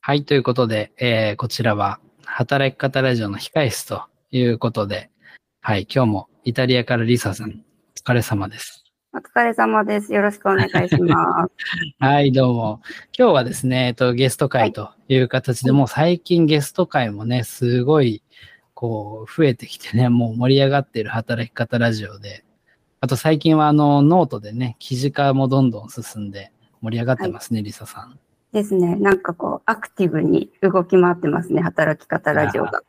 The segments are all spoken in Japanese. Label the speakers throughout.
Speaker 1: はい、ということで、えー、こちらは、働き方ラジオの控え室ということで、はい、今日もイタリアからリサさん、お疲れ様です。
Speaker 2: お疲れ様です。よろしくお願いします。
Speaker 1: はい、どうも。今日はですね、えっと、ゲスト会という形で、はい、もう最近ゲスト会もね、すごい、こう、増えてきてね、もう盛り上がっている働き方ラジオで、あと最近はあの、ノートでね、記事化もどんどん進んで、盛り上がってますね、はい、リサさん。
Speaker 2: ですね。なんかこう、アクティブに動き回ってますね、働き方ラジオが。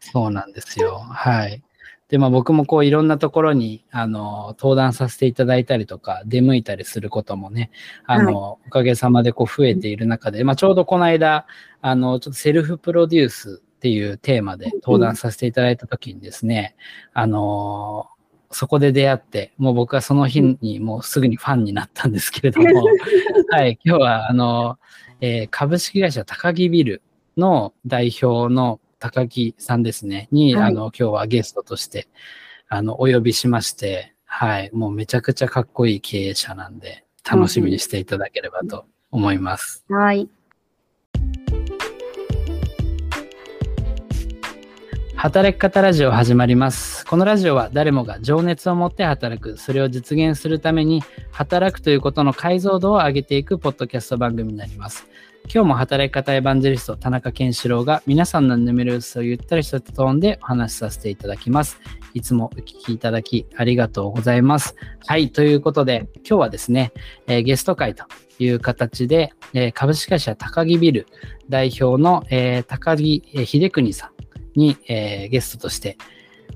Speaker 1: そうなんですよ。はい。で、まあ僕もこういろんなところに、あの、登壇させていただいたりとか、出向いたりすることもね、あの、はい、おかげさまでこう増えている中で、まあちょうどこの間、あの、ちょっとセルフプロデュースっていうテーマで登壇させていただいた時にですね、うん、あの、そこで出会って、もう僕はその日にもうすぐにファンになったんですけれど も、はい、今日はあの、えー、株式会社高木ビルの代表の高木さんですね、に、はい、あの、今日はゲストとして、あの、お呼びしまして、はい、もうめちゃくちゃかっこいい経営者なんで、楽しみにしていただければと思います。
Speaker 2: はい。
Speaker 1: 働き方ラジオ始まります。このラジオは誰もが情熱を持って働く、それを実現するために、働くということの解像度を上げていくポッドキャスト番組になります。今日も働き方エヴァンジェリスト田中健志郎が皆さんの眠る薄をゆったりしたトーンでお話しさせていただきます。いつもお聞きいただきありがとうございます。はい、ということで今日はですね、えー、ゲスト会という形で、えー、株式会社高木ビル代表の、えー、高木秀邦さんに、えゲストとして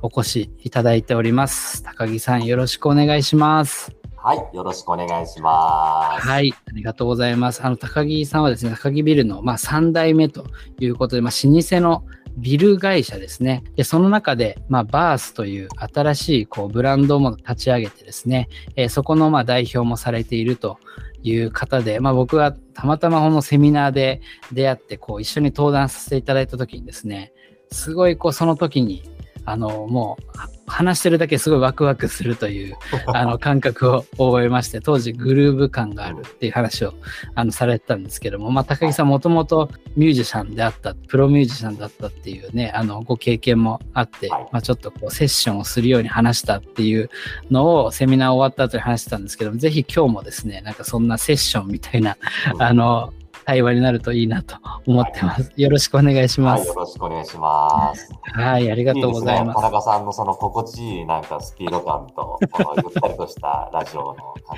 Speaker 1: お越しいただいております。高木さんよろしくお願いします。
Speaker 3: はい、よろしくお願いします。、
Speaker 1: はい、ありがとうございます。あの高木さんはですね、高木ビルのまあ3代目ということで、まあ、老舗のビル会社ですね。で、その中で、まあ、バースという新しいこうブランドも立ち上げてですね、えー、そこのまあ代表もされているという方で、まあ、僕はたまたまこのセミナーで出会って、こう一緒に登壇させていただいた時にですね、すごいこうその時にあの、もう、話してるだけすごいワクワクするという、あの、感覚を覚えまして、当時グルーヴ感があるっていう話を、あの、されてたんですけども、まあ、高木さんもともとミュージシャンであった、プロミュージシャンだったっていうね、あの、ご経験もあって、まあ、ちょっとこう、セッションをするように話したっていうのを、セミナー終わった後に話してたんですけども、ぜひ今日もですね、なんかそんなセッションみたいな、あの、対話になるといいなと思ってます。よろしくお願いします。はい
Speaker 3: よろしくお願いします。
Speaker 1: はい、ありがとうございます。いいすね、
Speaker 3: 田中さんのその心地いいなんかスピード感と、このゆったりとしたラジオの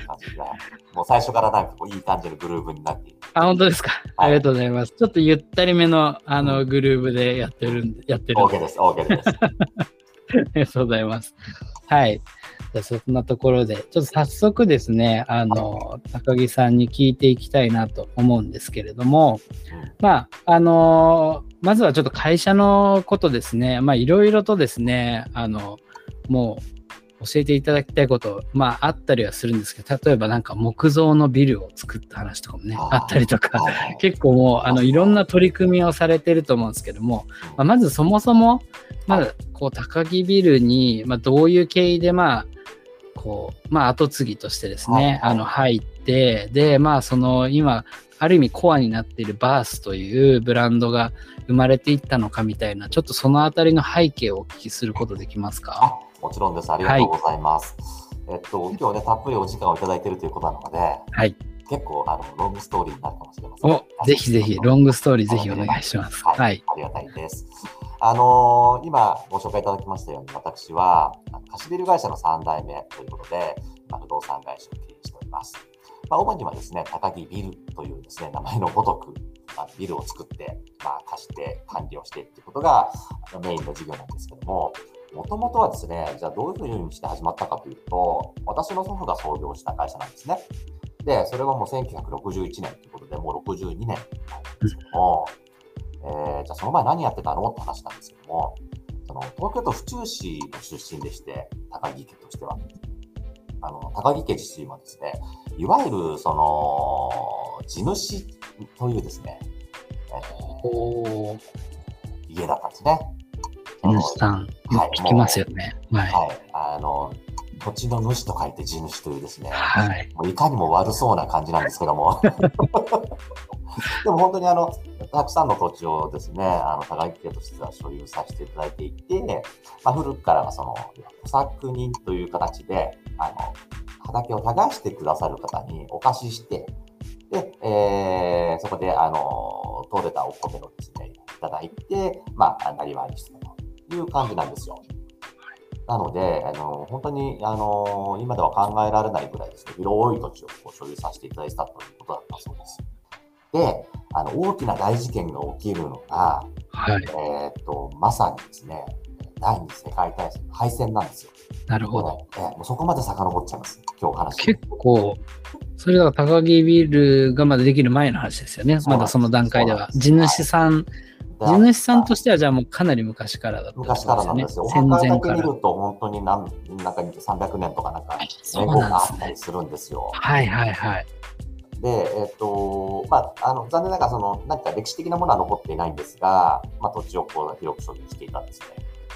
Speaker 3: 感じが、もう最初からなんかこういい感じのグルーブになっている。
Speaker 1: あ、本当ですか、はい、ありがとうございます。ちょっとゆったりめのあのグルーブでやってるんで、やってるん
Speaker 3: で。OK です、OK です。
Speaker 1: ありがとうございます。はい。じゃそんなところで、ちょっと早速ですね、あの、高木さんに聞いていきたいなと思うんですけれども、まあ、あの、まずはちょっと会社のことですね、まあ、いろいろとですね、あの、もう、教えていただきたいこと、まあ、あったりはするんですけど、例えばなんか木造のビルを作った話とかもね、あったりとか、結構もう、あの、いろんな取り組みをされてると思うんですけども、まあ、まずそもそも、まず、こう、高木ビルに、まあ、どういう経緯で、まあ、こう、まあ、後継ぎとしてですね、あの、入って、で、まあ、その、今、ある意味コアになっているバースというブランドが生まれていったのかみたいな、ちょっとそのあたりの背景をお聞きすることできますか
Speaker 3: もちろんです。ありがとうございます。はい、えっと、今日ね、たっぷりお時間をいただいているということなので、
Speaker 1: はい。
Speaker 3: 結構あのロングストーリーになるかもしれません、ね。
Speaker 1: ぜひぜひ、ロングストーリーぜひお願いします。はい。はい、
Speaker 3: ありがたいです。あのー、今ご紹介いただきましたように、私は貸しビル会社の3代目ということで、まあ、不動産会社を経営しております。まあ、主にはですね、高木ビルというですね、名前のごとく、まあ、ビルを作って、まあ、貸して管理をしてっていうことがメインの事業なんですけども、もともとはですね、じゃあどういうふうにして始まったかというと、私の祖父が創業した会社なんですね。で、それはもう1961年ということで、もう62年なんですけども、えー、じゃあその前何やってたのって話なんですけども、その東京都府中市の出身でして、高木家としては。あの高木家自身はですね、いわゆるその地主というですね、えー、家だったんですね。
Speaker 1: 地主さん、はい、聞きますよね。
Speaker 3: はい、はい、あの土地の主と書いて地主というですね、
Speaker 1: はい、
Speaker 3: もういかにも悪そうな感じなんですけども。でも本当にあのたくさんの土地をですね、あの、高木家としては所有させていただいていて、まあ、古くからはその、小作人という形で、あの、畑を耕してくださる方にお貸しして、で、えーそこで、あの、取れたお米をですね、いただいて、まあ、なりわいにしてたという感じなんですよ。なので、あの、本当に、あの、今では考えられないぐらいですね、広い土地をこう所有させていただいてたということだったそうです。で、あの、大きな大事件が起きるのが、
Speaker 1: はい
Speaker 3: え。ーっと、まさにですね、第二次世界大戦の敗戦なんですよ。
Speaker 1: なるほど。
Speaker 3: えーもうそこまで遡っちゃいます。今日話して
Speaker 1: 結構、それだから高木ビルがまだできる前の話ですよね。
Speaker 3: そう
Speaker 1: まだその段階では。
Speaker 3: そう
Speaker 1: 地
Speaker 3: なんで
Speaker 1: 主
Speaker 3: す
Speaker 1: さん、
Speaker 3: で
Speaker 1: 地主さんとしてはじゃあもうかなり昔からだった
Speaker 3: 昔からなんですよ。お
Speaker 1: 戦
Speaker 3: 墓だ
Speaker 1: 前
Speaker 3: け
Speaker 1: か
Speaker 3: 見る
Speaker 1: ら。
Speaker 3: と、本当に何、なんか300年とかなんか、
Speaker 1: そう
Speaker 3: 年号
Speaker 1: なんで
Speaker 3: があ
Speaker 1: す
Speaker 3: っ
Speaker 1: ね
Speaker 3: たりするんですよ。
Speaker 1: はいはいはい。
Speaker 3: で、えっ、と、まあ、あの、残念ながら、その、なんか歴史的なものは残っていないんですが、まあ、土地をこう、広く所有していたんですね。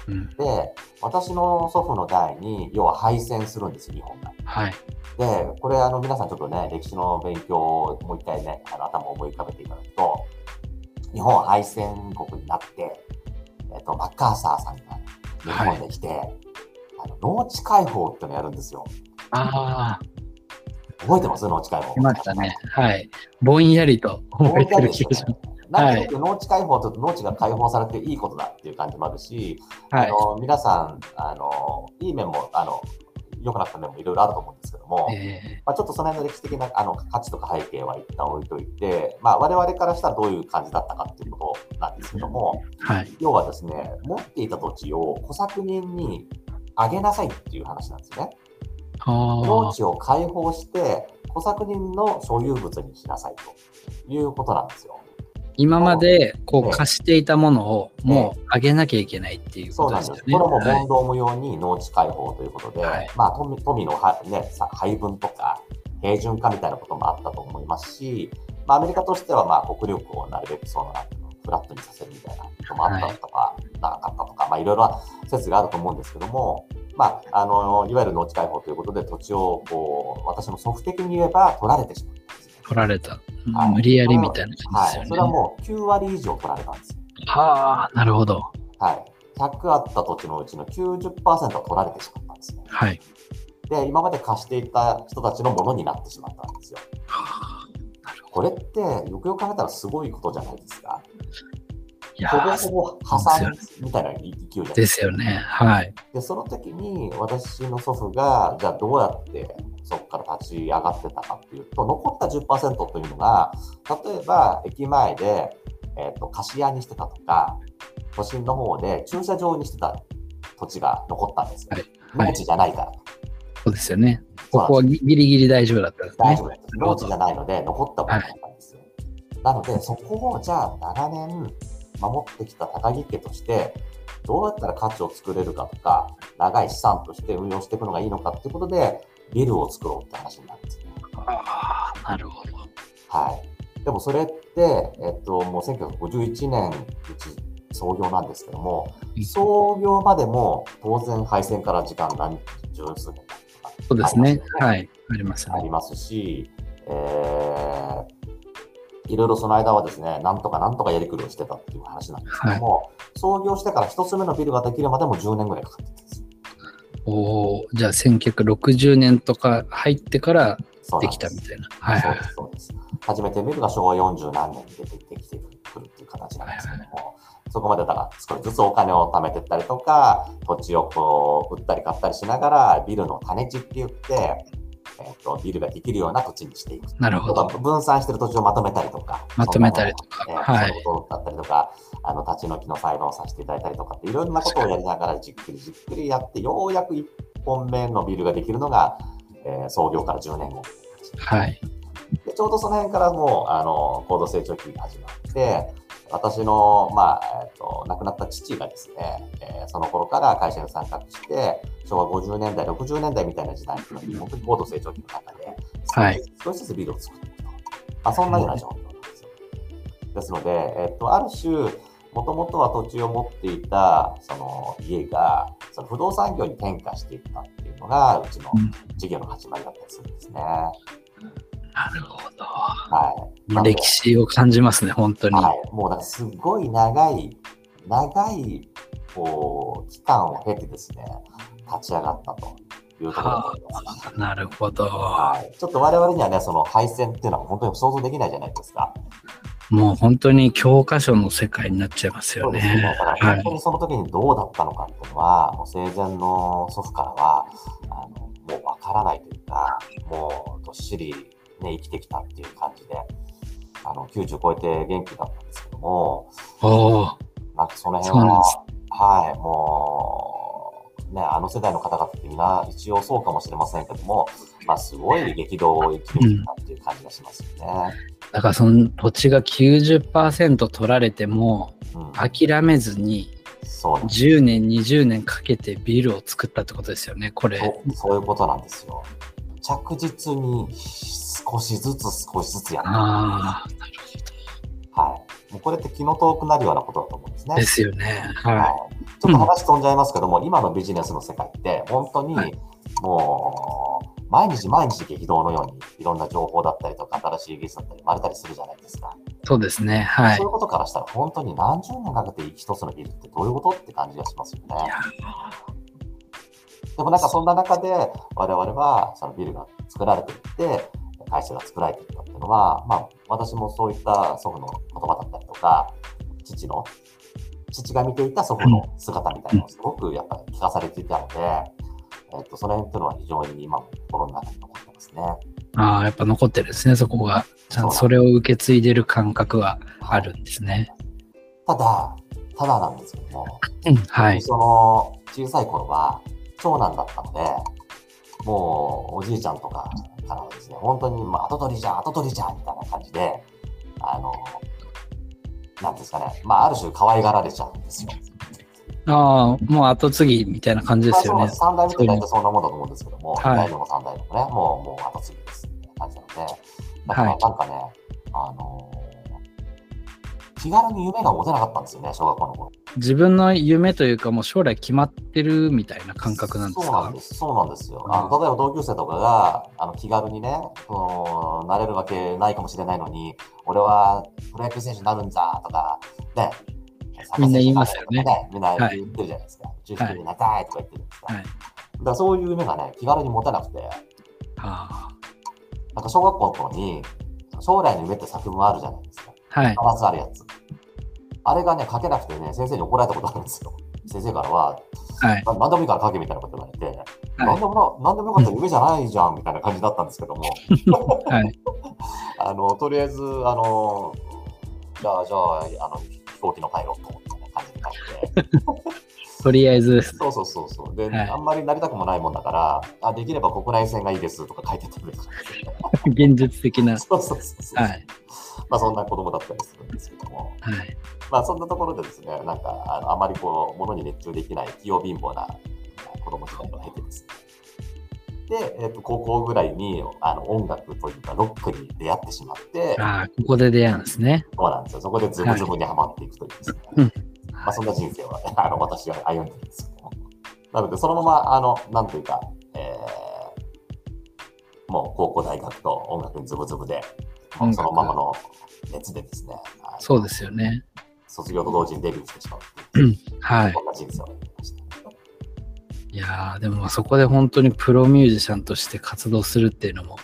Speaker 1: うん。
Speaker 3: で、私の祖父の代に、要は敗戦するんです、日本が。
Speaker 1: はい。
Speaker 3: で、これ、あの、皆さんちょっとね、歴史の勉強をもう一回ね、あの頭を思い浮かべていただくと、日本は敗戦国になって、えっと、マッカーサーさんが日本で来て、あの農地解放っていうのをやるんですよ。
Speaker 1: ああ、
Speaker 3: 覚えてます農地解放。
Speaker 1: 来ましたね。はい。ぼんやりと思えてる気がします。
Speaker 3: なんとなく農地解放と農地が解放されていいことだっていう感じもあるし、
Speaker 1: は
Speaker 3: あ
Speaker 1: い。
Speaker 3: の皆さんあの、いい面もあの良くなった面もいろいろあると思うんですけども、
Speaker 1: え
Speaker 3: まあ、ちょっとその辺の歴史的なあの価値とか背景は一旦置いといて、まあ、我々からしたらどういう感じだったかっていうことなんですけども、
Speaker 1: ーはい。
Speaker 3: 要はですね、持っていた土地を小作人にあげなさいっていう話なんですね。
Speaker 1: あ
Speaker 3: 農
Speaker 1: あ、
Speaker 3: 地を解放して、小作人の所有物にしなさいということなんですよ。
Speaker 1: 今までこ
Speaker 3: え
Speaker 1: う
Speaker 3: え
Speaker 1: 貸していたものをもうあげなきゃいけないっていう
Speaker 3: そ
Speaker 1: こ
Speaker 3: う
Speaker 1: と
Speaker 3: なん
Speaker 1: で
Speaker 3: ですす。
Speaker 1: よ
Speaker 3: こ
Speaker 1: ね。
Speaker 3: れも
Speaker 1: はい
Speaker 3: 問答無用に農地解放ということで、
Speaker 1: はい
Speaker 3: まあ富富のは、ね、さ配分とか平準化みたいなこともあったと思いますし、まあ、アメリカとしてはまあ国力をなるべくそのフラットにさせるみたいなこともあったとか、なかったとか、まあ、いろいろ説があると思うんですけども、まあ、あのいわゆる農地解放ということで土地をこう私も祖父的に言えば取られてしまったんですよ。
Speaker 1: 取られた。うん
Speaker 3: はい
Speaker 1: 無理やりみたいな感じ
Speaker 3: は
Speaker 1: で
Speaker 3: い、
Speaker 1: す
Speaker 3: それは
Speaker 1: よね。
Speaker 3: もう9割以上取られたんですよ。
Speaker 1: はあ、なるほど。
Speaker 3: はい、100あった土地のうちの90%は取られてしまったんですね。
Speaker 1: はい。
Speaker 3: で、今まで貸していた人たちのものになってしまったんですよ。
Speaker 1: はあ
Speaker 3: これって、よくよく考えたらすごいことじゃないですか。
Speaker 1: いや
Speaker 3: ほぼ
Speaker 1: ー
Speaker 3: ほぼ破産みたいな勢いじゃな
Speaker 1: で
Speaker 3: いですす
Speaker 1: よね。はい。
Speaker 3: か。で、その時に私の祖父が、じゃあどうやってそこから立ち上がってたかっていうと、残った10%というのが、例えば駅前で、えっと貸し屋にしてたとか、都心の方で駐車場にしてた土地が残ったんですよ。
Speaker 1: はい
Speaker 3: 農地じゃないから。
Speaker 1: そうですよね。ここはギリギリ大丈夫だったんです
Speaker 3: 大
Speaker 1: ね
Speaker 3: 丈。夫です。
Speaker 1: なるほど
Speaker 3: 農地じゃないので、残ったものだったんですよ。なので、そこをじゃあ長年守ってきた高木家として、どうやったら価値を作れるかとか、長い資産として運用していくのがいいのかということで、ビルを作ろうって話になるんですね。
Speaker 1: ああ、なるほど。
Speaker 3: はい。でもそれって、えっと、もう1951年うち創業なんですけども、創業までも当然敗戦から時間何十数年とか
Speaker 1: そうですね。
Speaker 3: い
Speaker 1: はい。あります
Speaker 3: あ
Speaker 1: ね。
Speaker 3: りますし、えーいろいろその間はですね、なんとかなんとかやりくりをしてたっていう話なんですけども、創業してから一つ目のビルができるまでも10年ぐらいかかってたんですよ。
Speaker 1: おお、じゃあ1960年とか入ってから
Speaker 3: そう
Speaker 1: で
Speaker 3: なん
Speaker 1: き
Speaker 3: で
Speaker 1: た
Speaker 3: す
Speaker 1: みたいな。はいはい。
Speaker 3: そうです、そうです。初めてビルが昭和40何年に出てきてくるっていう形なんですけども、そこまでだから少しずつお金を貯めてったりとか、土地をこう売ったり買ったりしながら、ビルの種地って言って、えっとビルができるような土地にしていく。
Speaker 1: なるほ
Speaker 3: とか
Speaker 1: ど。
Speaker 3: 分散してる土地をまとめたりとか、
Speaker 1: まとめたりとか
Speaker 3: そんな
Speaker 1: はい
Speaker 3: えーそういうことだったりとか、あの立ち退きの裁判をさせていただいたりとかって、いろんなことをやりながらじっくりじっくりやって、ようやく1本目のビルができるのが、えー創業から10年後
Speaker 1: はい。
Speaker 3: で。ちょうどその辺からもう、あの、高度成長期が始まって、私の、まあ、えっと、亡くなった父がですね、えーその頃から会社に参画して、昭和50年代、60年代みたいな時代っていうのに、本当に高度成長期の中で、
Speaker 1: はい
Speaker 3: 少しずつビルを作っていくと。まあ、そんなような状況なんですよ。ですので、えっと、ある種、もともとは土地を持っていたその家が、その不動産業に転嫁していったっていうのが、うちの
Speaker 1: うん
Speaker 3: 事業の始まりだったりするんですね。
Speaker 1: なるほど。
Speaker 3: はい。
Speaker 1: まあ歴史を感じますね、本当に。
Speaker 3: はい、もうだからすごい長い、長い、こう、期間を経てですね、立ち上がったというところだと思います。
Speaker 1: なるほど。
Speaker 3: はい、ちょっと我々にはね、その敗戦っていうのは本当に想像できないじゃないですか。
Speaker 1: もう本当に教科書の世界になっちゃいますよ
Speaker 3: ですね。
Speaker 1: ね
Speaker 3: だ。から
Speaker 1: は
Speaker 3: 本
Speaker 1: い
Speaker 3: 当。にその時にどうだったのかっていうのは、もう生前の祖父からは、あのもうわからないというか、もうどっしり、ね、生きてきたっていう感じで、あの90超えて元気だったんですけども、
Speaker 1: おー
Speaker 3: なんかその
Speaker 1: そう
Speaker 3: 辺
Speaker 1: なん
Speaker 3: は
Speaker 1: で、
Speaker 3: はい、もう、ね、あの世代の方々ってみんな一応そうかもしれませんけども、まあ、すごい激動を生きてきたっていう感じがしますよね。
Speaker 1: だからその土地が90%取られても
Speaker 3: うん、
Speaker 1: 諦めずに
Speaker 3: そうなんです
Speaker 1: 10年20年かけてビルを作ったってことですよねこれ
Speaker 3: そうそういうことなんですよ。着実に少しずつ少しずつやっていくは
Speaker 1: ああなる
Speaker 3: い。もうこれって気の遠くなるようなことだと思うんですね。
Speaker 1: ほどですよねは
Speaker 3: はい、ちょっと話飛んじゃいますけども、今のビジネスの世界って、本当に
Speaker 1: はい
Speaker 3: もう、毎日毎日激動のように、いろんな情報だったりとか、新しい技術だったり、生まれたりするじゃないですか。
Speaker 1: いそうですねはい
Speaker 3: そういうことからしたら、本当に何十年かけて一つのビルってどういうことって感じがしますよね。でもなんかそんな中で、我々はそのビルが作られていって、会社が作られていったっていうのは、まあ私もそういった祖父の言葉だったりとか、父の、父が見ていた祖父の姿みたいなのをすごくやっぱり聞かされていたので、えっと、その辺っていうのは非常に今も心の中に残ってますね。
Speaker 1: ああやっぱ残ってるんですねそこがちゃんとそれを受け継いでる感覚はあるんですね
Speaker 3: ただ、ただなんですけども、
Speaker 1: うんはい
Speaker 3: その小さい頃は長男だったので、もうおじいちゃんとかからはですね、本当に、まあ、後取りじゃん、後取りじゃんみたいな感じで、あの、なんですかね、まあ、ある種可愛がられちゃうんですよ。
Speaker 1: ああもう後継ぎみたいな感じですよ
Speaker 3: まあ、
Speaker 1: ね
Speaker 3: そう3代目って大体そんなもんだと思うんですけども、
Speaker 1: はい
Speaker 3: 2代目も3代目もね、もう、もう後継ぎですみたいな感じなので、だから
Speaker 1: は
Speaker 3: ないんかね、あの気軽に夢が持てなかったんですよね、小学校の頃。
Speaker 1: 自分の夢というかもう将来決まってるみたいな感覚なんです
Speaker 3: そうな
Speaker 1: か
Speaker 3: んですそうなんですよ。あ
Speaker 1: う
Speaker 3: の例えば同級生とかがあの気軽にね、そのなれるわけないかもしれないのに、俺はプロ野球選手になるんだとか、ね、
Speaker 1: みんな言いますよね
Speaker 3: サッカー選手になるとか
Speaker 1: はい
Speaker 3: みんな言ってるじゃないですか。中心になさいとか言ってるんですか。
Speaker 1: はい
Speaker 3: だからそういう夢がね、気軽に持てなくて、
Speaker 1: あ
Speaker 3: なんか小学校の頃に、将来の夢って作文あるじゃないですか。
Speaker 1: あはい
Speaker 3: 必ずあるやつ。あれがね、書けなくてね、先生に怒られたことあるんですよ。先生からは、
Speaker 1: はい
Speaker 3: な何でもいいから書けみたいなこと言われて、
Speaker 1: はい
Speaker 3: 何でもな何でもよかったら夢じゃないじゃんみたいな感じだったんです けども、
Speaker 1: はい
Speaker 3: あのとりあえず、あのじゃあ、じゃああの、飛行機のパイロットみたいな感じで書いて、
Speaker 1: とりあえずです
Speaker 3: そうそうそうそう、で、
Speaker 1: はい
Speaker 3: あんまりなりたくもないもんだから、あできれば国内線がいいですとか書いてたりとか、
Speaker 1: 現実的な
Speaker 3: そうそうそうそう、
Speaker 1: はい
Speaker 3: まあ、そんな子供だったりするんですけども。
Speaker 1: はい
Speaker 3: まあそんなところでですね、なんかあのあまりこう、物に熱中できない、器用貧乏な子供時代を経てですね。で、えっと高校ぐらいにあの音楽というか、ロックに出会ってしまって、
Speaker 1: ああここで出会うんですね
Speaker 3: そうなんですよ。そこでズブズブにはまっていくというですね。
Speaker 1: うん
Speaker 3: まあそんな人生は、 あの私は歩んでるんですけども。なので、そのまま、あの、なんというか、えーもう高校、大学と音楽にズブズブで、もうそのままの熱でですね、あの
Speaker 1: そうですよね
Speaker 3: 卒業と同時にデビューしてしまうっていう。
Speaker 1: はい
Speaker 3: こんな人生を歩みました。
Speaker 1: いやーでもそこで本当にプロミュージシャンとして活動するっていうのも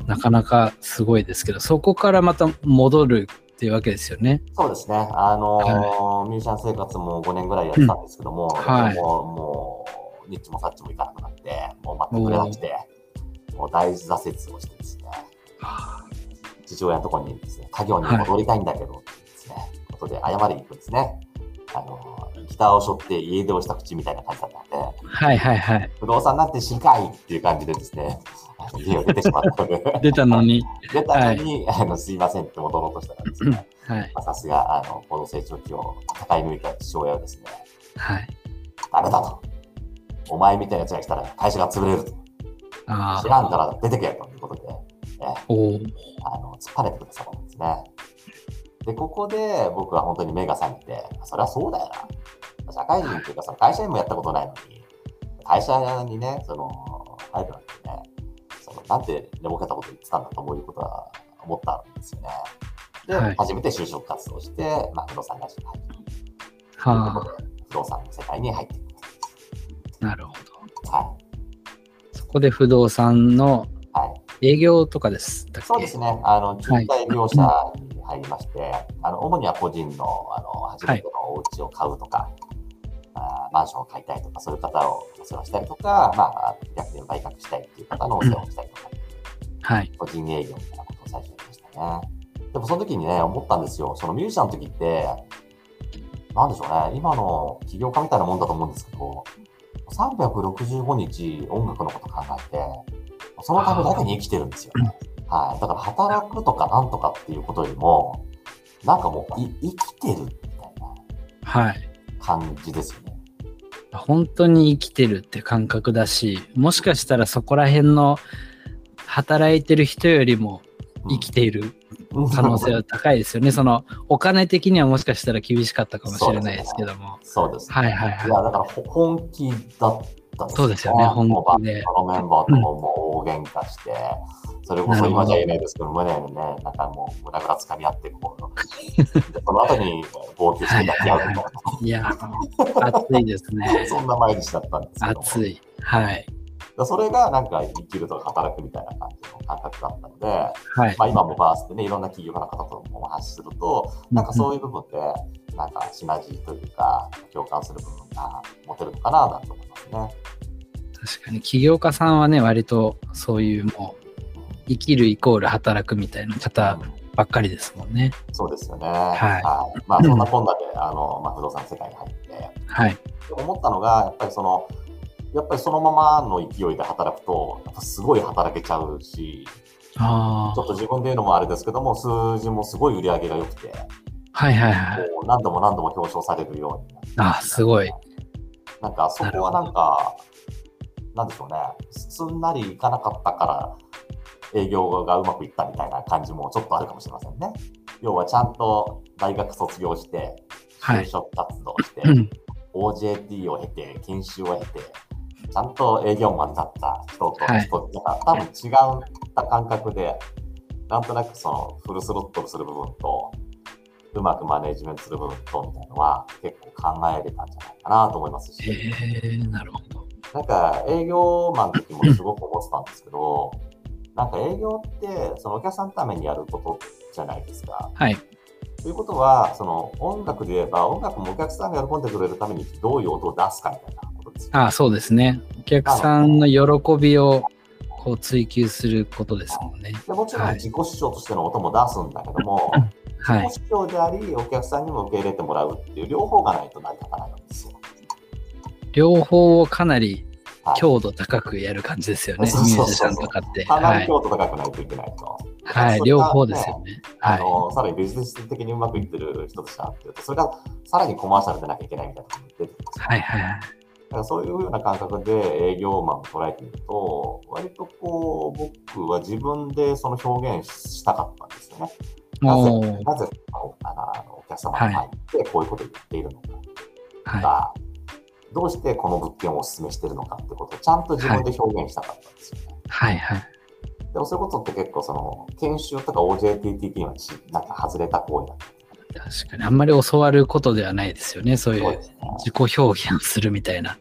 Speaker 3: うん
Speaker 1: なかなかすごいですけどそこからまた戻るっていうわけですよね
Speaker 3: そうですね、あのーミュージシャン生活も5年ぐらいやってたんですけども、
Speaker 1: んはい
Speaker 3: もう、もう、ニッチもサッチもいかなくなって、もう全く売れなくて、もう大挫折をしてですね、
Speaker 1: あ
Speaker 3: 父親のところにですね、家業に戻りたいんだけど、ですね、ことで謝りに行くんですね。あのーギターを背負って家出をした口みたいな感じだったので、
Speaker 1: ーはいはいはい
Speaker 3: 不動産なんて知るかいっていう感じでですね、あの家を出てしまったので、
Speaker 1: 出たのに
Speaker 3: 出たのに、あのすいませんって戻ろうとしたらですね、
Speaker 1: はい
Speaker 3: まあさすが、あの、高度成長期を戦い抜いた父親はですね、
Speaker 1: はい
Speaker 3: ダメだと。お前みたいな奴が来たら会社が潰れると。
Speaker 1: あ
Speaker 3: 知らん
Speaker 1: あ
Speaker 3: から出てけということで、ええ
Speaker 1: おお
Speaker 3: あの、突っぱねてくださったんですね。で、ここで僕は本当に目が覚めて、そりゃそうだよな。社会人というか、その会社員もやったことないのに、会社にね、その、入るなんてね、そのなんて寝ぼけたこと言ってたんだということは思ったんですよね。で、
Speaker 1: はい
Speaker 3: 初めて就職活動して、まあ、不動産会社に入っていくというこ
Speaker 1: はあ、
Speaker 3: とで、不動産の世界に入っていく。
Speaker 1: なるほど。
Speaker 3: は
Speaker 1: そこで不動産の
Speaker 3: い。はい。
Speaker 1: 営業とかです。だっけ
Speaker 3: そうですね。あの、仲介業者に入りまして、あの、主には個人の、あの、初めてのお家を買うとか、あーマンションを買いたいとか、そういう方をお世話したりとか、まあ、逆に売却したいっていう方のお世話をしたりとか、
Speaker 1: はい。
Speaker 3: 個人営業みたいなことを最初にやりましたね。でもその時にね、思ったんですよ。そのミュージシャンの時って、なんでしょうね、今の起業家みたいなもんだと思うんですけど、365日音楽のこと考えて、そのためだけに生きてるんですよね。はい。だから働くとかなんとかっていうことよりも、なんかもうい生きてるみたいな
Speaker 1: はい。
Speaker 3: 感じですよね。
Speaker 1: 本当に生きてるって感覚だし、もしかしたらそこら辺の働いてる人よりも生きている可能性
Speaker 3: は
Speaker 1: は高いですよね。そのお金的にはもしかしたら厳しかったかもしれないですけども。
Speaker 3: そうですね
Speaker 1: はいはいはい
Speaker 3: いや、だからほ本気だったん
Speaker 1: そうですよね本気で
Speaker 3: もうバンドのメンバーとももう大喧嘩して、それこ
Speaker 1: な
Speaker 3: そ
Speaker 1: るほど
Speaker 3: 今じゃ言えないですけど、胸にね、なんかもう胸ぐらつかみ合って、こう、でその後に号泣して抱き合うみたいな、
Speaker 1: いやー、暑いですね。
Speaker 3: そんな毎日だったんですけども。
Speaker 1: 暑い。はい。
Speaker 3: だそれがなんか生きるとか働くみたいな感じの感覚だったので、
Speaker 1: はい。
Speaker 3: まあ、今もバースでね、いろんな企業家の方ともお話しすると、なんかそういう部分で、なんかシナジーというか、共感する部分が持てるのかななんて思いますね。
Speaker 1: 確かに起業家さんはね割とそういうもう生きるイコール働くみたいな方ばっかりですもんね
Speaker 3: そうですよね。
Speaker 1: い
Speaker 3: はい。まあ、そんなこんなで、あの、まあ、不動産の世界に入って、
Speaker 1: はい
Speaker 3: でも思ったのが、やっぱりその、やっぱりそのままの勢いで働くと、やっぱすごい働けちゃうし、
Speaker 1: あ
Speaker 3: ちょ
Speaker 1: あ
Speaker 3: っと自分で言うのもあれですけども、数字もすごい売り上げが良くて、
Speaker 1: はいはいはい
Speaker 3: こう何度も何度も表彰されるようになって
Speaker 1: あーすごい
Speaker 3: なんかそこはなんか、なんでしょうね、すすんなりいかなかったから営業がうまくいったみたいな感じもちょっとあるかもしれませんね。要はちゃんと大学卒業して、
Speaker 1: はい
Speaker 3: 就職活動して、
Speaker 1: うん
Speaker 3: OJT を経て、研修を経て、ちゃんと営業マンだった人と
Speaker 1: はい
Speaker 3: 人だから、多分違った感覚で、なんとなくそのフルスロットルする部分と、うまくマネージメントする部分とみたいなのは結構考えれたんじゃないかなと思います
Speaker 1: へ
Speaker 3: し、
Speaker 1: えなるほど
Speaker 3: なんか営業マンの時もすごく思ってたんですけど、なんか営業ってそのお客さんのためにやることじゃないですか。
Speaker 1: はい
Speaker 3: ということは、その音楽で言えば音楽もお客さんが喜んでくれるためにどういう音を出すかみたいなことですよね
Speaker 1: ああそうですねお客さんの喜びをこう追求することですもんね
Speaker 3: でもちろ
Speaker 1: は
Speaker 3: ん
Speaker 1: い
Speaker 3: 自己主張としての音も出すんだけども、
Speaker 1: はい
Speaker 3: 自己主張であり、お客さんにも受け入れてもらうっていう両方がないと成り立たないんですよ。
Speaker 1: 両方をかなり
Speaker 3: はい
Speaker 1: 強度高くやる感じですよね
Speaker 3: そう
Speaker 1: ミュー
Speaker 3: そうそう
Speaker 1: ジシャンとかって
Speaker 3: か
Speaker 1: は
Speaker 3: なり
Speaker 1: い、
Speaker 3: 強度高くないといけないと。
Speaker 1: はい
Speaker 3: そ、れが
Speaker 1: 両方ですよね
Speaker 3: あ
Speaker 1: は
Speaker 3: のさらにビジネス的にうまくいってる人としてはっていうと、それがさらにコマーシャルでなきゃいけないみたいなことも出てきます
Speaker 1: いはいはいはい
Speaker 3: だからそういうような感覚で営業マンを捉えてみると、割とこう、僕は自分でその表現したかったんですよね。な
Speaker 1: も
Speaker 3: ぜ
Speaker 1: う、
Speaker 3: なぜあのお客様に入ってこういうことを言っているのか。
Speaker 1: はい
Speaker 3: が、どうしてこの物件をお勧めしてるのかってことをちゃんと自分で表現したかったんですよね。
Speaker 1: はいはい。
Speaker 3: でもそういうことって結構その研修とか OJTTP にはちなんか外れた行為だったり
Speaker 1: 確かに。あんまり教わることではないですよね。そうい
Speaker 3: とか
Speaker 1: う
Speaker 3: ですね。
Speaker 1: 自己表現するみたいな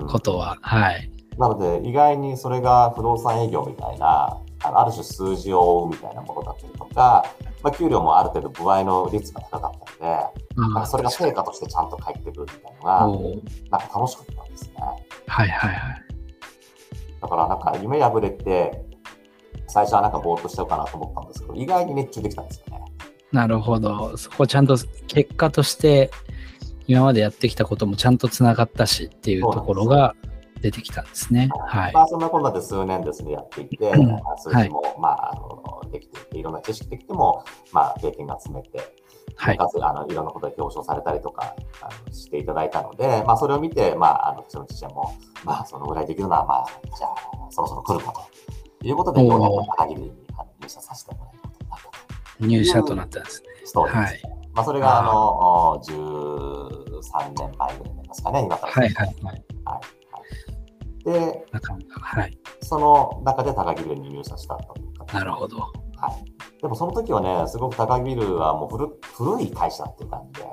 Speaker 3: うん
Speaker 1: ことは。はい。
Speaker 3: なので意外にそれが不動産営業みたいな、あのある種数字を追うみたいなものだったりとか、まあ、給料もある程度部合の率が高かったので、なん
Speaker 1: あ
Speaker 3: か
Speaker 1: あ
Speaker 3: それが成果としてちゃんと返ってくるみたいなの
Speaker 1: おー
Speaker 3: が、なんか楽しかったんですね。
Speaker 1: はいはいはい。
Speaker 3: だからなんか夢破れて、最初はなんかぼーっとしちゃうかなと思ったんですけど、意外に熱中できたんですよね。
Speaker 1: なるほど。そこちゃんと結果として、今までやってきたこともちゃんとつながったしっていうところが出てきたんですね。はい
Speaker 3: ま。あそんなこんなで数年ですね、やっていて、
Speaker 1: うん
Speaker 3: まあ数字も、まあ、あの、できていて、いろんな知識できても、まあ、経験が積めて、
Speaker 1: はい。
Speaker 3: かつ、あの、いろんなことで表彰されたりとか、あの、していただいたので、まあ、それを見て、まあ、あの、私の自社も、まあ、そのぐらいできるのは、まあ、じゃあ、そろそろ来るかということで、
Speaker 1: おー
Speaker 3: ようやく高木にあの入社させてもらえることになった
Speaker 1: 入社となったんですね。
Speaker 3: ストーリーですね。まあ、それが、あ
Speaker 1: あ
Speaker 3: の、13年前ぐらいになりますかね、今から。
Speaker 1: はいはいはい。
Speaker 3: で、
Speaker 1: なかなか。はい。
Speaker 3: その中で高木ビルに入社したという形
Speaker 1: なるほど。
Speaker 3: はい。でもその時はね、すごく高木ビルはもう古古い会社っていう感じで、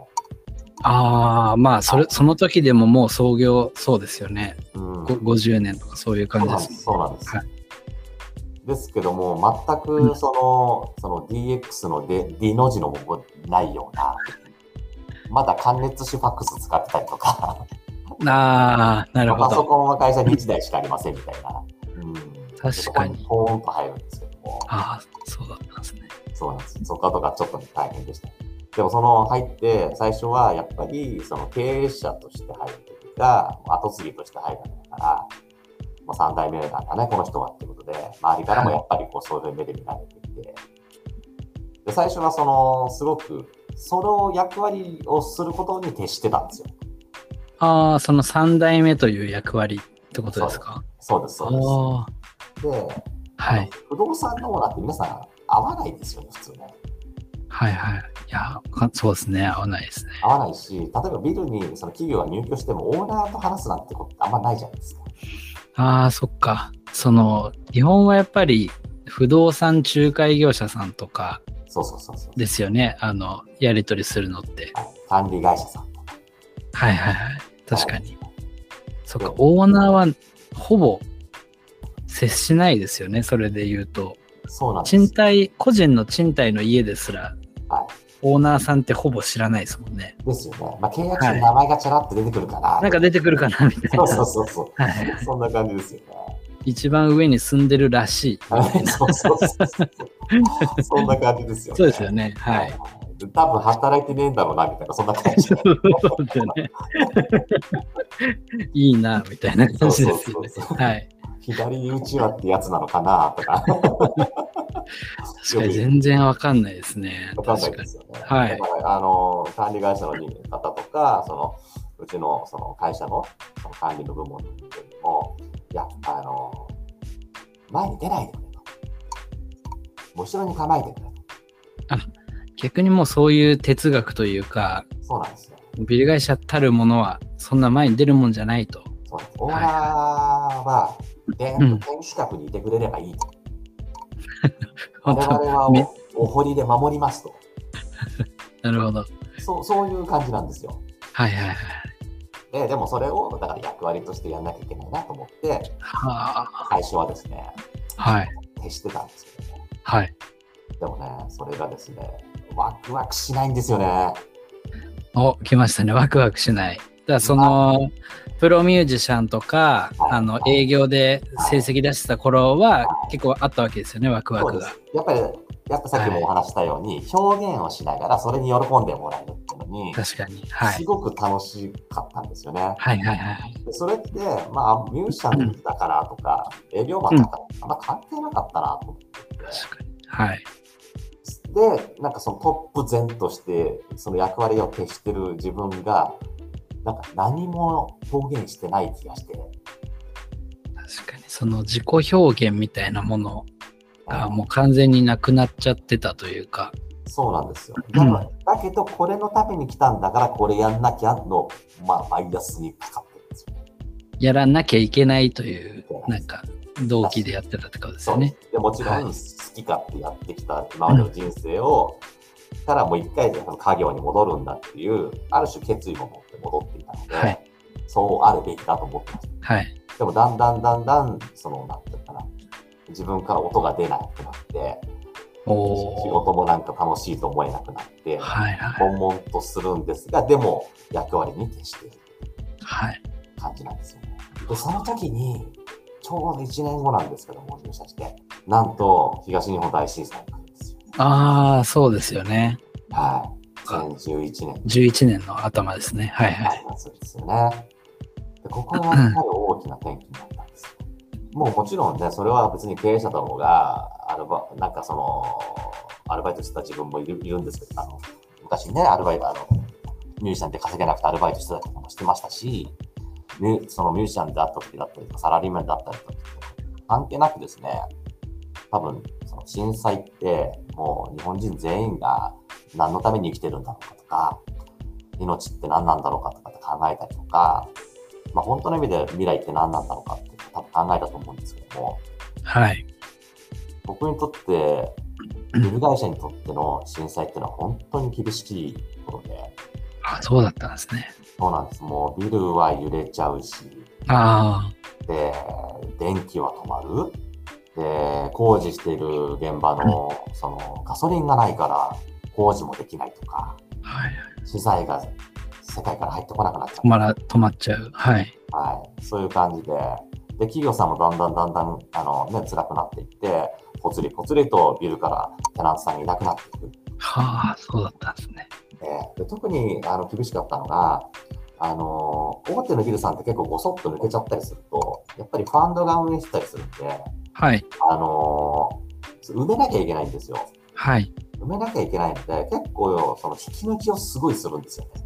Speaker 1: ああ、まあ、それ、その時でももう創業、そうですよね。
Speaker 3: うん、
Speaker 1: ご50年とかそういう感じです。
Speaker 3: そうなんです。そう
Speaker 1: は
Speaker 3: な
Speaker 1: い
Speaker 3: んですですけども、全
Speaker 1: う
Speaker 3: く
Speaker 1: ん
Speaker 3: その、その DX ので D の字のもないような、 まだ関熱紙ファックス使ってたりとか、
Speaker 1: ああ、なるほ
Speaker 3: パソ
Speaker 1: ど。
Speaker 3: コンは会社に1台しかありませんみたいな。うん、
Speaker 1: 確かに
Speaker 3: そこポーンと入るんですけども、
Speaker 1: ああ、そうだったんですね。
Speaker 3: そうなんです。そこからとかちょっと大変でした。でもその入って、最初はやっぱりその経営者として入るというか、後継ぎとして入るんだから、もう3代目なんだね、この人はってことで、周りからもやっぱりこうそういう目で見られていて、で最初はその、すごく、その役割をすることに徹してたんですよ。
Speaker 1: ああ、その3代目という役割ってことですか
Speaker 3: そうです、そうです。
Speaker 1: あ
Speaker 3: で、
Speaker 1: あ、はい。
Speaker 3: 不動産のオーナーって皆さん合わないですよね、普通ね。
Speaker 1: はいはい。いや、かそうですね。合わないですね。
Speaker 3: 合わないし、例えばビルにその企業が入居してもオーナーと話すなんてことってあんまないじゃないですか。
Speaker 1: ああ、そっか。その、日本はやっぱり不動産仲介業者さんとか
Speaker 3: そうそうそうそう。
Speaker 1: ですよね。あの、やり取りするのって。
Speaker 3: はい管理会社さんとか。
Speaker 1: はいはいはい。確かに。そっ
Speaker 3: う
Speaker 1: か
Speaker 3: ん。
Speaker 1: オーナーはほぼ接しないですよね。それで言うと。
Speaker 3: そうなんです。
Speaker 1: 賃貸、個人の賃貸の家ですら
Speaker 3: は、
Speaker 1: オーナーさんってほぼ知らないですもんね。
Speaker 3: ですよね。まあ、契約書に名前がちらっと出てくるかな。
Speaker 1: なんか出てくるかなみたい
Speaker 3: そうそう
Speaker 1: な。
Speaker 3: そうそう。
Speaker 1: はい
Speaker 3: そんな感じですよね。
Speaker 1: 一番上に住んでるらしい。
Speaker 3: はいそうそうそうそう。そんな感じですよね。
Speaker 1: そうですよね。はい。
Speaker 3: い。多分働いてねえんだろうな、みたいな、そんな感 じ。
Speaker 1: そうですよね。いいな、みたいな感じですよね
Speaker 3: そうそうそう。
Speaker 1: はい。
Speaker 3: 左にうちわってやつなのかな、とか。
Speaker 1: 確かに全然わかんないですね。
Speaker 3: わかんない
Speaker 1: 確か
Speaker 3: で
Speaker 1: に。
Speaker 3: すよね。
Speaker 1: はい
Speaker 3: だからあの管理会社の人間方とか、そのうちのその会社のその管理の部門の人間も、いや、あの、前に出ないでくれと。後ろに構えてくれと。
Speaker 1: 逆にもうそういう哲学というか、
Speaker 3: そうなんですよ。
Speaker 1: ビル会社たるものはそんな前に出るもんじゃないと。
Speaker 3: そうなんですオーナーは、で、
Speaker 1: うん
Speaker 3: 天守閣にいてくれればいいと。我
Speaker 1: 本
Speaker 3: 々
Speaker 1: 当
Speaker 3: は
Speaker 1: め
Speaker 3: おお堀で守りますと。
Speaker 1: なるほど。
Speaker 3: そうそういう感じなんですよ。
Speaker 1: はいはいはい。
Speaker 3: ででもそれをだから役割としてやんなきゃいけないなと思って、
Speaker 1: はあ。
Speaker 3: 最初はですね、
Speaker 1: はい。
Speaker 3: 徹してたんですけどね。
Speaker 1: はい。
Speaker 3: でもね、それがですね、ワクワクしないんですよね。
Speaker 1: お、来ましたね。ワクワクしない。だからその、プロミュージシャンとか、あの、営業で成績出してた頃は、結構あったわけですよね、ワクワ
Speaker 3: そう
Speaker 1: ク
Speaker 3: で
Speaker 1: が
Speaker 3: す。。やっぱり、やっぱさっきもお話ししたように、表現をしながらそれに喜んでもらえるっていうのに、
Speaker 1: 確かに。は
Speaker 3: す
Speaker 1: い。
Speaker 3: ごく楽しかったんですよね。
Speaker 1: はいはいはい。
Speaker 3: でそれって、まあ、ミュージシャンだからとか、営業マンだから、あんま関係なかったなと思って
Speaker 1: 確かに。はい。
Speaker 3: て。で、なんかそのトップ前として、その役割を徹してる自分が、なんか何も表現してない気がして。
Speaker 1: 確かに。その自己表現みたいなものがもう完全になくなっちゃってたというか。
Speaker 3: そうなんですよ。
Speaker 1: うん
Speaker 3: だだけど、これのために来たんだから、これやんなきゃの、まあ、マイナスにかかってるんですよ。
Speaker 1: やらなきゃいけないという、なんか、動機でやってたってことです
Speaker 3: そ
Speaker 1: よ
Speaker 3: うで
Speaker 1: ね
Speaker 3: す。。でもちろ
Speaker 1: は
Speaker 3: ん、
Speaker 1: い
Speaker 3: 好き勝手やってきた今までの人生を、からもう一回で家業に戻るんだっていう、ある種決意を持って戻っていたので、
Speaker 1: はい
Speaker 3: そうあるべきだと思ってまし
Speaker 1: はい。
Speaker 3: た。でも、だんだんだんだん、その、なんていうのかな、自分から音が出なくなって、仕
Speaker 1: おー。
Speaker 3: 事もなんか楽しいと思えなくなって、
Speaker 1: はいはい。
Speaker 3: 悶々とするんですが、でも、役割に徹している。
Speaker 1: はい。
Speaker 3: 感じなんですよね。で、その時に、ちょうど1年後なんですけども、入社して、なんと、東日本大震災なんですよ。
Speaker 1: ああ、そうですよね。
Speaker 3: はい。
Speaker 1: あ
Speaker 3: 2011年
Speaker 1: 11年の頭ですね。はいは
Speaker 3: だっ
Speaker 1: い。
Speaker 3: たんですよね。で、ここがやっぱり大きな転機になったんですよ。もうもちろんね、それは別に経営者どもが、アルバ、なんかその、アルバイトしてた自分もいるいるんですけど、あの、昔ね、アルバイト、あの、ミュージシャンで稼げなくてアルバイトしてたりとかもしてましたし、ミュそのミュージシャンであった時だったりとか、サラリーマンであったりとか、関係なくですね、多分、その震災って、もう日本人全員が何のために生きてるんだろうかとか、命って何なんだろうかとかって考えたりとか、まあ、本当の意味で未来って何なんだろうかっていうこ多分考えたと思うんですけども、
Speaker 1: はい。
Speaker 3: 僕にとって、ビル会社にとっての震災っていうのは本当に厳しいことで、
Speaker 1: あ、そうだったんですね。
Speaker 3: そうなんです。もうビルは揺れちゃうし、
Speaker 1: あ
Speaker 3: で、電気は止まる。で、工事している現場の、その、ガソリンがないから、工事もできないとか、
Speaker 1: あ、はい。
Speaker 3: 資材が世界から入ってこなくなっちゃ
Speaker 1: 止まら、止まっちゃう。はい。
Speaker 3: う。はい。そういう感じで、で、企業さんもだんだんだんだん、あの、ね、辛くなっていって、ぽつりぽつりとビルからテナントさんがいなくなっていく。
Speaker 1: はあ、そうだったんですね。
Speaker 3: えーで特にあの厳しかったのが、あのー大手のビルさんって結構ごそっと抜けちゃったりすると、やっぱりファンドが運営してたりするんで、
Speaker 1: はい。
Speaker 3: あのー埋めなきゃいけないんですよ。
Speaker 1: はい。
Speaker 3: 埋めなきゃいけないので、結構その引き抜きをすごいするんですよね。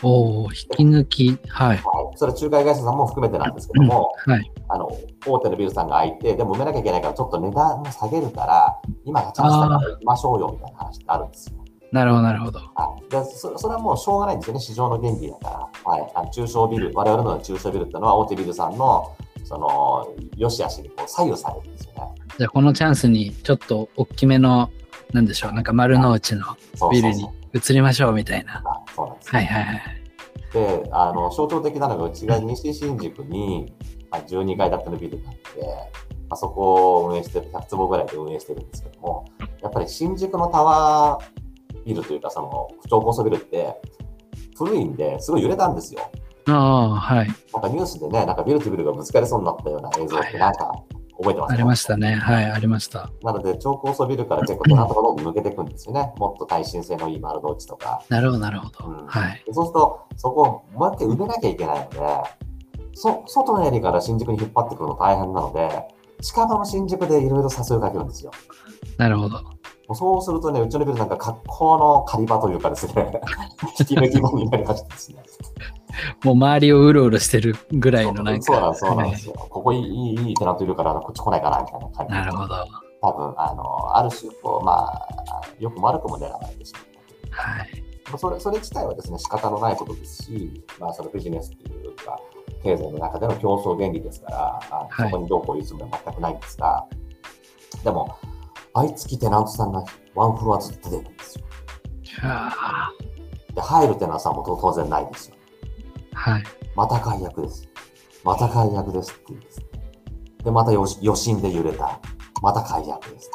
Speaker 1: おお、引き抜き。はい。
Speaker 3: はい、それは仲介会社さんも含めてなんですけども、
Speaker 1: はい。
Speaker 3: あの大手のビルさんが空いて、でも埋めなきゃいけないから、ちょっと値段も下げるから、今がチャンスだから行きましょうよみたいな話ってあるんですよ。
Speaker 1: なるほど、なるほど。
Speaker 3: はい、でそそれはもうしょうがないんですよね、市場の原理だから。はい、あの中小ビル、我々の中小ビルってのは大手ビルさんのその良し悪しにこう左右されるんですよね。
Speaker 1: じゃあ、このチャンスに、ちょっと大きめの、なんでしょう、なんか丸の内の
Speaker 3: そう
Speaker 1: ビ
Speaker 3: そ
Speaker 1: ル
Speaker 3: うそ
Speaker 1: に
Speaker 3: う。
Speaker 1: 移りましょうみたいな。
Speaker 3: あそうなんです、
Speaker 1: はいはいはい。
Speaker 3: であの象徴的なのがうちが西新宿にまあ12階建てのビルがあって、まあ、そこを運営してる100坪ぐらいで運営してるんですけどもやっぱり新宿のタワービルというかその不調高層ビルって古いんですごい揺れたんですよ。
Speaker 1: ああ、はい。
Speaker 3: なんかニュースでね、なんかビルとビルがぶつかりそうになったような映像ってなんか覚えてますか
Speaker 1: ありましたね。はい、ありました。
Speaker 3: なので、超高層ビルから結構テナントがどんどん抜けていくんですよね。もっと耐震性のいい丸の内とか。
Speaker 1: なるほど、なるほ
Speaker 3: うん
Speaker 1: ど。はい。
Speaker 3: そうすると、そこをもう一回埋めなきゃいけないので、そ外のエリアから新宿に引っ張ってくるの大変なので、近場の新宿でいろいろ誘いをかけるんですよ。
Speaker 1: なるほど。
Speaker 3: もうそうするとね、うちのビルなんか格好の狩り場というかです ね、引き抜き場になりましてですね。
Speaker 1: もう周りをうろうろしてるぐらいのなんか。
Speaker 3: そうなんですそうなんです
Speaker 1: は
Speaker 3: よ。ここいい、いい、いいテナントいるから、こっち来ないかな、みたいな感
Speaker 1: い
Speaker 3: じ
Speaker 1: なるほど。
Speaker 3: 多分あのある種こう、まあ、よくも悪くも狙われてしまう
Speaker 1: はい。
Speaker 3: それそれ自体はですね仕方のないことですし、まあ、そのビジネスというか経済の中での競争原理ですからあ
Speaker 1: はい
Speaker 3: そこにどうこう言うつもりは全くないんですが、でも毎月テナントさんがワンフロアずっと出てるんですよ
Speaker 1: は
Speaker 3: で入るテナントさんも当然ないんですよ
Speaker 1: あはい。
Speaker 3: また解約ですまた解約ですって言うんですでまた余余震で揺れたまた解約です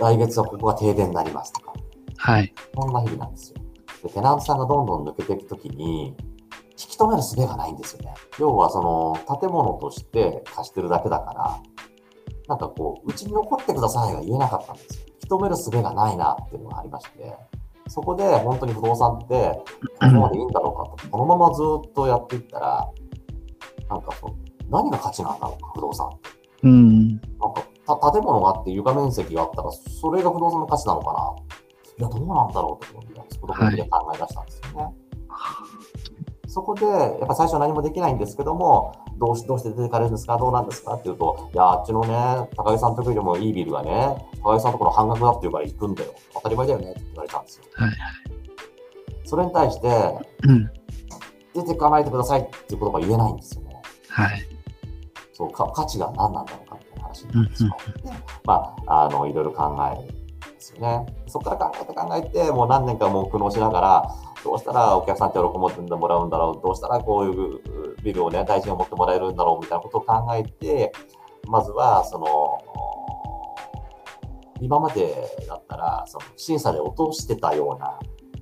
Speaker 3: 来月はここが停電になりますとか
Speaker 1: はい。
Speaker 3: そんな日々なんですよ。で、テナントさんがどんどん抜けていくときに、引き止める術がないんですよね。要は、その、建物として貸してるだけだから、なんかこう、うちに残ってくださいが言えなかったんですよ。引き止める術がないなっていうのがありまして、そこで本当に不動産って、このままでいいんだろうかと、このままずっとやっていったら、なんかそう、何が価値なんだろうか、不動産って。
Speaker 1: うん。
Speaker 3: なんか、た建物があって床面積があったら、それが不動産の価値なのかな。いや、どうなんだろうってことで、そこで考え出したんですよね。そこで、やっぱ最初は何もできないんですけども、どうしどうして出ていかれるんですかどうなんですかっていうと、いや、あっちのね、高木さんとこよりもいいビルがね、高木さんとこの半額だっていうから行くんだよ。当たり前だよねって言われたんですよ。
Speaker 1: はい
Speaker 3: それに対して、
Speaker 1: うん。
Speaker 3: 出ていかないでくださいっていうことが言えないんですよね。
Speaker 1: はい。
Speaker 3: そうか価値が何なんだろうかみたいな話になってしまって、まあ、あのいろいろ考えるんですよね。そこから考えて考えて、もう何年かもう苦悩しながら、どうしたらお客さんって喜んでもらうんだろう、どうしたらこういうビルをね、大事に思ってもらえるんだろうみたいなことを考えて、まずはその、今までだったら、その審査で落としてたような、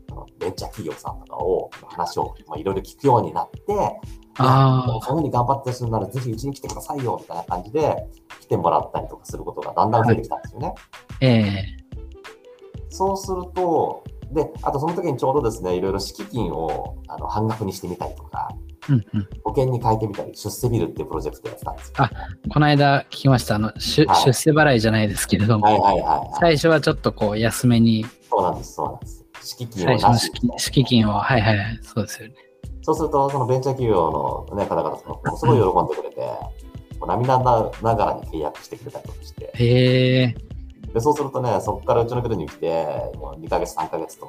Speaker 3: あのベンチャー企業さんとかを、話をまあいろいろ聞くようになって、
Speaker 1: あ
Speaker 3: そういうふうに頑張ってするなら、ぜひうちに来てくださいよみたいな感じで、来てもらったりとかすることがだんだん増えてきたんですよ
Speaker 1: あ。
Speaker 3: ね。
Speaker 1: ええ
Speaker 3: そうすると、で、あとその時にちょうどですね、いろいろ敷金をあの半額にしてみたりとか、
Speaker 1: うんうん。
Speaker 3: 保険に変えてみたり、出世ビルっていうプロジェクトやってたんですよ。
Speaker 1: あこの間聞きました。あの、出
Speaker 3: はい
Speaker 1: 出世払いじゃないですけれど
Speaker 3: はい
Speaker 1: も、
Speaker 3: はいはい、はい。
Speaker 1: 最初はちょっとこう、安めに、
Speaker 3: そうなんです、そうなんです。敷金
Speaker 1: 最
Speaker 3: を
Speaker 1: 初の
Speaker 3: なし
Speaker 1: 資金資金を、はいはいはい。そうですよね。
Speaker 3: そうすると、そのベンチャー企業の、ね、方々とかものすごい喜んでくれて、もう涙なながらに契約してくれたりとかして、
Speaker 1: へえ。
Speaker 3: で、そうするとね、そこからうちのビルに来て、もう2ヶ月、3ヶ月と、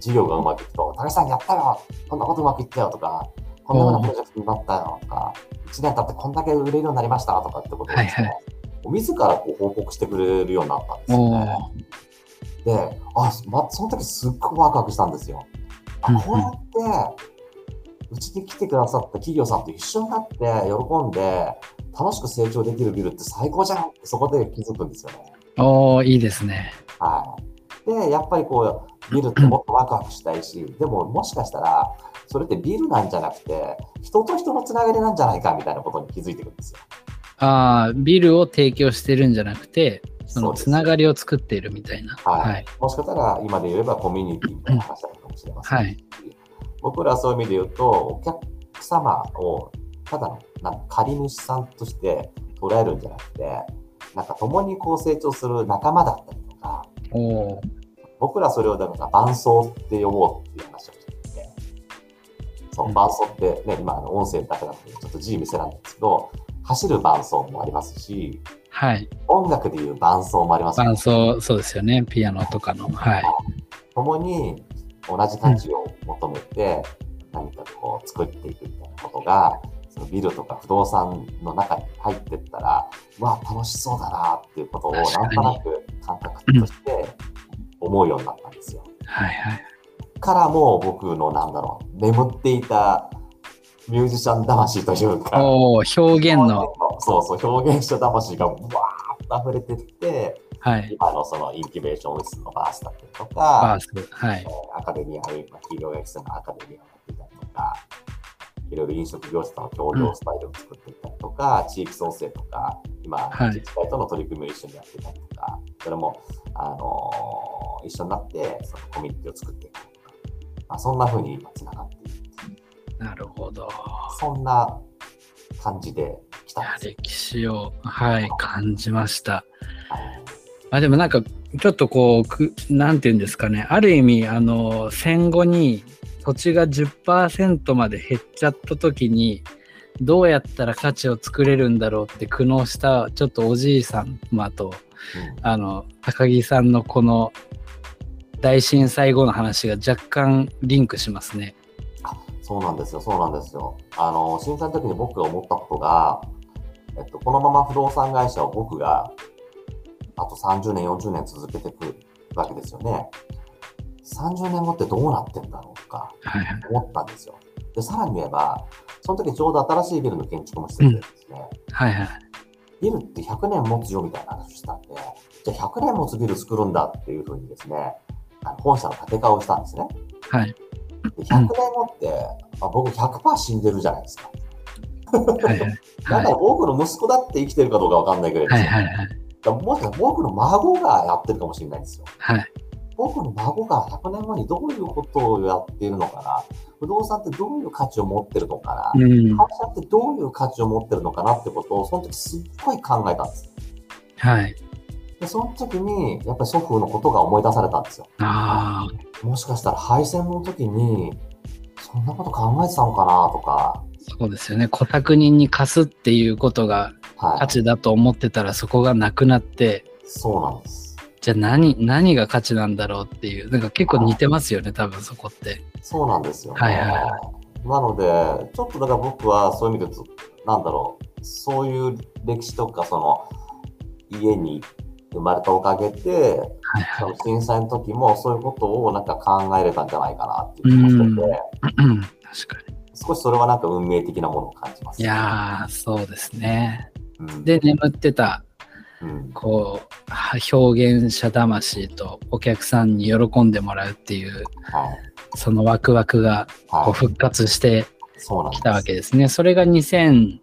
Speaker 3: じ事業がうまくいくと、高橋さんやったよこんなことうまくいったよとか、こんなふうなプロジェクトになったよとか、1年経ってこんだけ売れるようになりましたとかってことをですね、
Speaker 1: はい
Speaker 3: 自らこう報告してくれるようになったんですよ
Speaker 1: お
Speaker 3: ね。
Speaker 1: ー
Speaker 3: で、あ、ま、その時すっごいワクワクしたんですよ。
Speaker 1: う
Speaker 3: あ
Speaker 1: んうん
Speaker 3: こうやって、うちに来てくださった企業さんと一緒になって、喜んで、楽しく成長できるビルって最高じゃんってそこで気づくんですよね。
Speaker 1: おーいいですね。
Speaker 3: はい。で、やっぱりこう、ビルってもっとワクワクしたいし、でももしかしたら、それってビルなんじゃなくて、人と人のつながりなんじゃないかみたいなことに気づいてくるんですよ。
Speaker 1: ああ、ビルを提供してるんじゃなくて、その
Speaker 3: です
Speaker 1: つながりを作っているみたいな。
Speaker 3: はい
Speaker 1: はい。
Speaker 3: もしかしたら、今で言えばコミュニティみたいな話だったかもしれません。
Speaker 1: はい。
Speaker 3: 僕らはそういう意味で言うと、お客様をただのなんか借り主さんとして捉えるんじゃなくて、なんか共にこう成長する仲間だったりとか、
Speaker 1: おー
Speaker 3: 僕らそれをなんか伴奏って呼ぼうっていう話をしていて、そうう、
Speaker 1: ん
Speaker 3: 伴奏ってね、今あの音声だけなのでちょっと字見せられないんですけど、走る伴奏もありますし、
Speaker 1: はい。
Speaker 3: 音楽でいう伴奏もありますよね
Speaker 1: 伴奏、そうですよね。ピアノとかの。はい。
Speaker 3: 共に同じ価値を求めて何かこう作っていくみたいなことが、そのビルとか不動産の中に入ってったら、うわ、楽しそうだなっていうことをなん
Speaker 1: 確かに
Speaker 3: となく感覚として思うようになったんですよ。
Speaker 1: はいはい。
Speaker 3: からもう僕のなんだろう、眠っていたミュージシャン魂というか、
Speaker 1: おー表現の。
Speaker 3: そうそう、表現者魂がブワーッと溢れてって、
Speaker 1: はい。
Speaker 3: 今のそのインキュベーションオフィスのバースだったりとか、
Speaker 1: バース。はい
Speaker 3: え。ーアカデミア、あるいは企業が必要なアカデミアをやっていたりとか、いろいろ飲食業者との協業スタイルを作っていったりとか、地域創生とか、今、
Speaker 1: はい
Speaker 3: 自治体との取り組みを一緒にやっていたりとか、それも、あのー一緒になって、そのコミュニティを作っていくとか、まあ、そんな風に今つながっている。
Speaker 1: なるほど。
Speaker 3: そんな感じで来
Speaker 1: い
Speaker 3: た
Speaker 1: や
Speaker 3: んですよ。
Speaker 1: 歴史を、はい、感じました。
Speaker 3: はい
Speaker 1: あでもなんかちょっとこうくなんて言うんですかねある意味あの戦後に土地が10%まで減っちゃった時にどうやったら価値を作れるんだろうって苦悩したちょっとおじいさんまと
Speaker 3: うん
Speaker 1: あの高木さんのこの大震災後の話が若干リンクしますね。
Speaker 3: そうなんですよ、そうなんですよ。あの、震災の時に僕が思ったことが、えっと、このまま不動産会社を僕が、あと30年、40年続けていくわけですよね。30年後ってどうなってんだろうとか、
Speaker 1: はいはい
Speaker 3: 思ったんですよ。で、さらに言えば、その時ちょうど新しいビルの建築もしててですね、
Speaker 1: はいはい
Speaker 3: ビルって100年持つよみたいな話をしたんで、じゃあ100年持つビル作るんだっていうふうにですね、あの本社の建て替えをしたんですね。
Speaker 1: はい
Speaker 3: で100年後って、あ僕100%死んでるじゃないですか。
Speaker 1: はいはい
Speaker 3: だ
Speaker 1: はい
Speaker 3: から僕の息子だって生きてるかどうかわかんないぐらいです
Speaker 1: はい
Speaker 3: よ。
Speaker 1: はいはい
Speaker 3: だからもしかしたら僕の孫がやってるかもしれないんですよ。
Speaker 1: はい
Speaker 3: 僕の孫が100年後にどういうことをやっているのかな、不動産ってどういう価値を持ってるのかな、
Speaker 1: うん
Speaker 3: 会社ってどういう価値を持ってるのかなってことを、その時すっごい考えたんです。
Speaker 1: はい
Speaker 3: で、その時に、やっぱり祖父のことが思い出されたんですよ。
Speaker 1: ああ
Speaker 3: もしかしたら敗戦の時に、そんなこと考えてたのかなとか、
Speaker 1: そうですよね小宅人に貸すっていうことが
Speaker 3: はい。
Speaker 1: 価値だと思ってたらそこがなくなって
Speaker 3: そうなんです。
Speaker 1: じゃあ何何が価値なんだろうっていうなんか結構似てますよね多分そこって
Speaker 3: そうなんですよ、ね。
Speaker 1: はいはいは
Speaker 3: なので、ちょっとだから僕はそういう意味で言うと、なんだろう、そういう歴史とか、その、家に生まれたおかげで、
Speaker 1: はい
Speaker 3: そ
Speaker 1: は
Speaker 3: の震災の時もそういうことをなんか考えれたんじゃないかなっていう気がしてて、
Speaker 1: いうん確かに
Speaker 3: 少しそれはなんか運命的なものを感じます。
Speaker 1: いやーそうですね
Speaker 3: うん、
Speaker 1: で眠ってた
Speaker 3: うん、
Speaker 1: こうは表現者魂とお客さんに喜んでもらうっていう
Speaker 3: はい。
Speaker 1: そのワクワクがこう
Speaker 3: は
Speaker 1: 復活して
Speaker 3: い。そうなんで
Speaker 1: き
Speaker 3: す。
Speaker 1: たわけですねそれが2010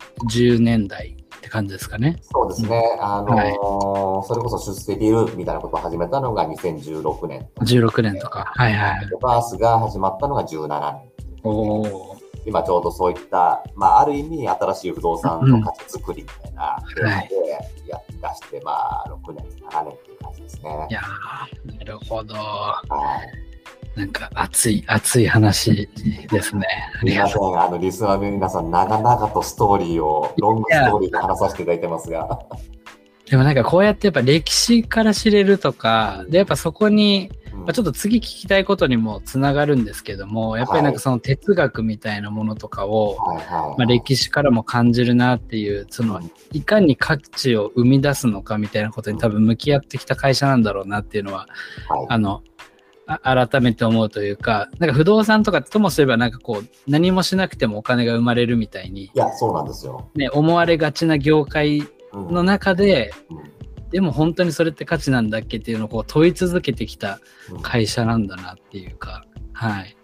Speaker 1: 年代って感じですかね
Speaker 3: そうですね。あのー
Speaker 1: は
Speaker 3: それこそ出世ビルみたいなことを始めたのが2016年。
Speaker 1: 16年とかはいはいはい
Speaker 3: でバースが始まったのが17年。
Speaker 1: おお
Speaker 3: 今ちょうどそういった、まあ、ある意味新しい不動産の価値づくりみたいな
Speaker 1: うんはい
Speaker 3: でやって出して、まあ、6年、7年っていう感じですね。
Speaker 1: いやーなるほど
Speaker 3: はい。
Speaker 1: なんか熱い熱い話ですね。あり
Speaker 3: 皆
Speaker 1: が
Speaker 3: さ
Speaker 1: と
Speaker 3: ん、あの、リスナーの皆さん、長々とストーリーを、ロングストーリーで話させていただいてますが、
Speaker 1: う。でもなんかこうやってやっぱ歴史から知れるとか、でやっぱそこに
Speaker 3: うん
Speaker 1: まあ、ちょっと次聞きたいことにもつながるんですけども、やっぱりなん
Speaker 3: はい
Speaker 1: かその哲学みたいなものとかを、
Speaker 3: はいはい
Speaker 1: まあ、歴史からも感じるなっていう、そのいかに価値を生み出すのかみたいなことに多分向き合ってきた会社なんだろうなっていうのは、
Speaker 3: はい
Speaker 1: あの、あ改めて思うというか、なんか不動産とかともすればなんかこう、何もしなくてもお金が生まれるみたいに、
Speaker 3: いや、そうなんですよ。
Speaker 1: ね、思われがちな業界
Speaker 3: うん
Speaker 1: の中で、
Speaker 3: うん
Speaker 1: でも本当にそれって価値なんだっけっていうのをこう問い続けてきた
Speaker 3: うん
Speaker 1: 会社なんだなっていうか、はい。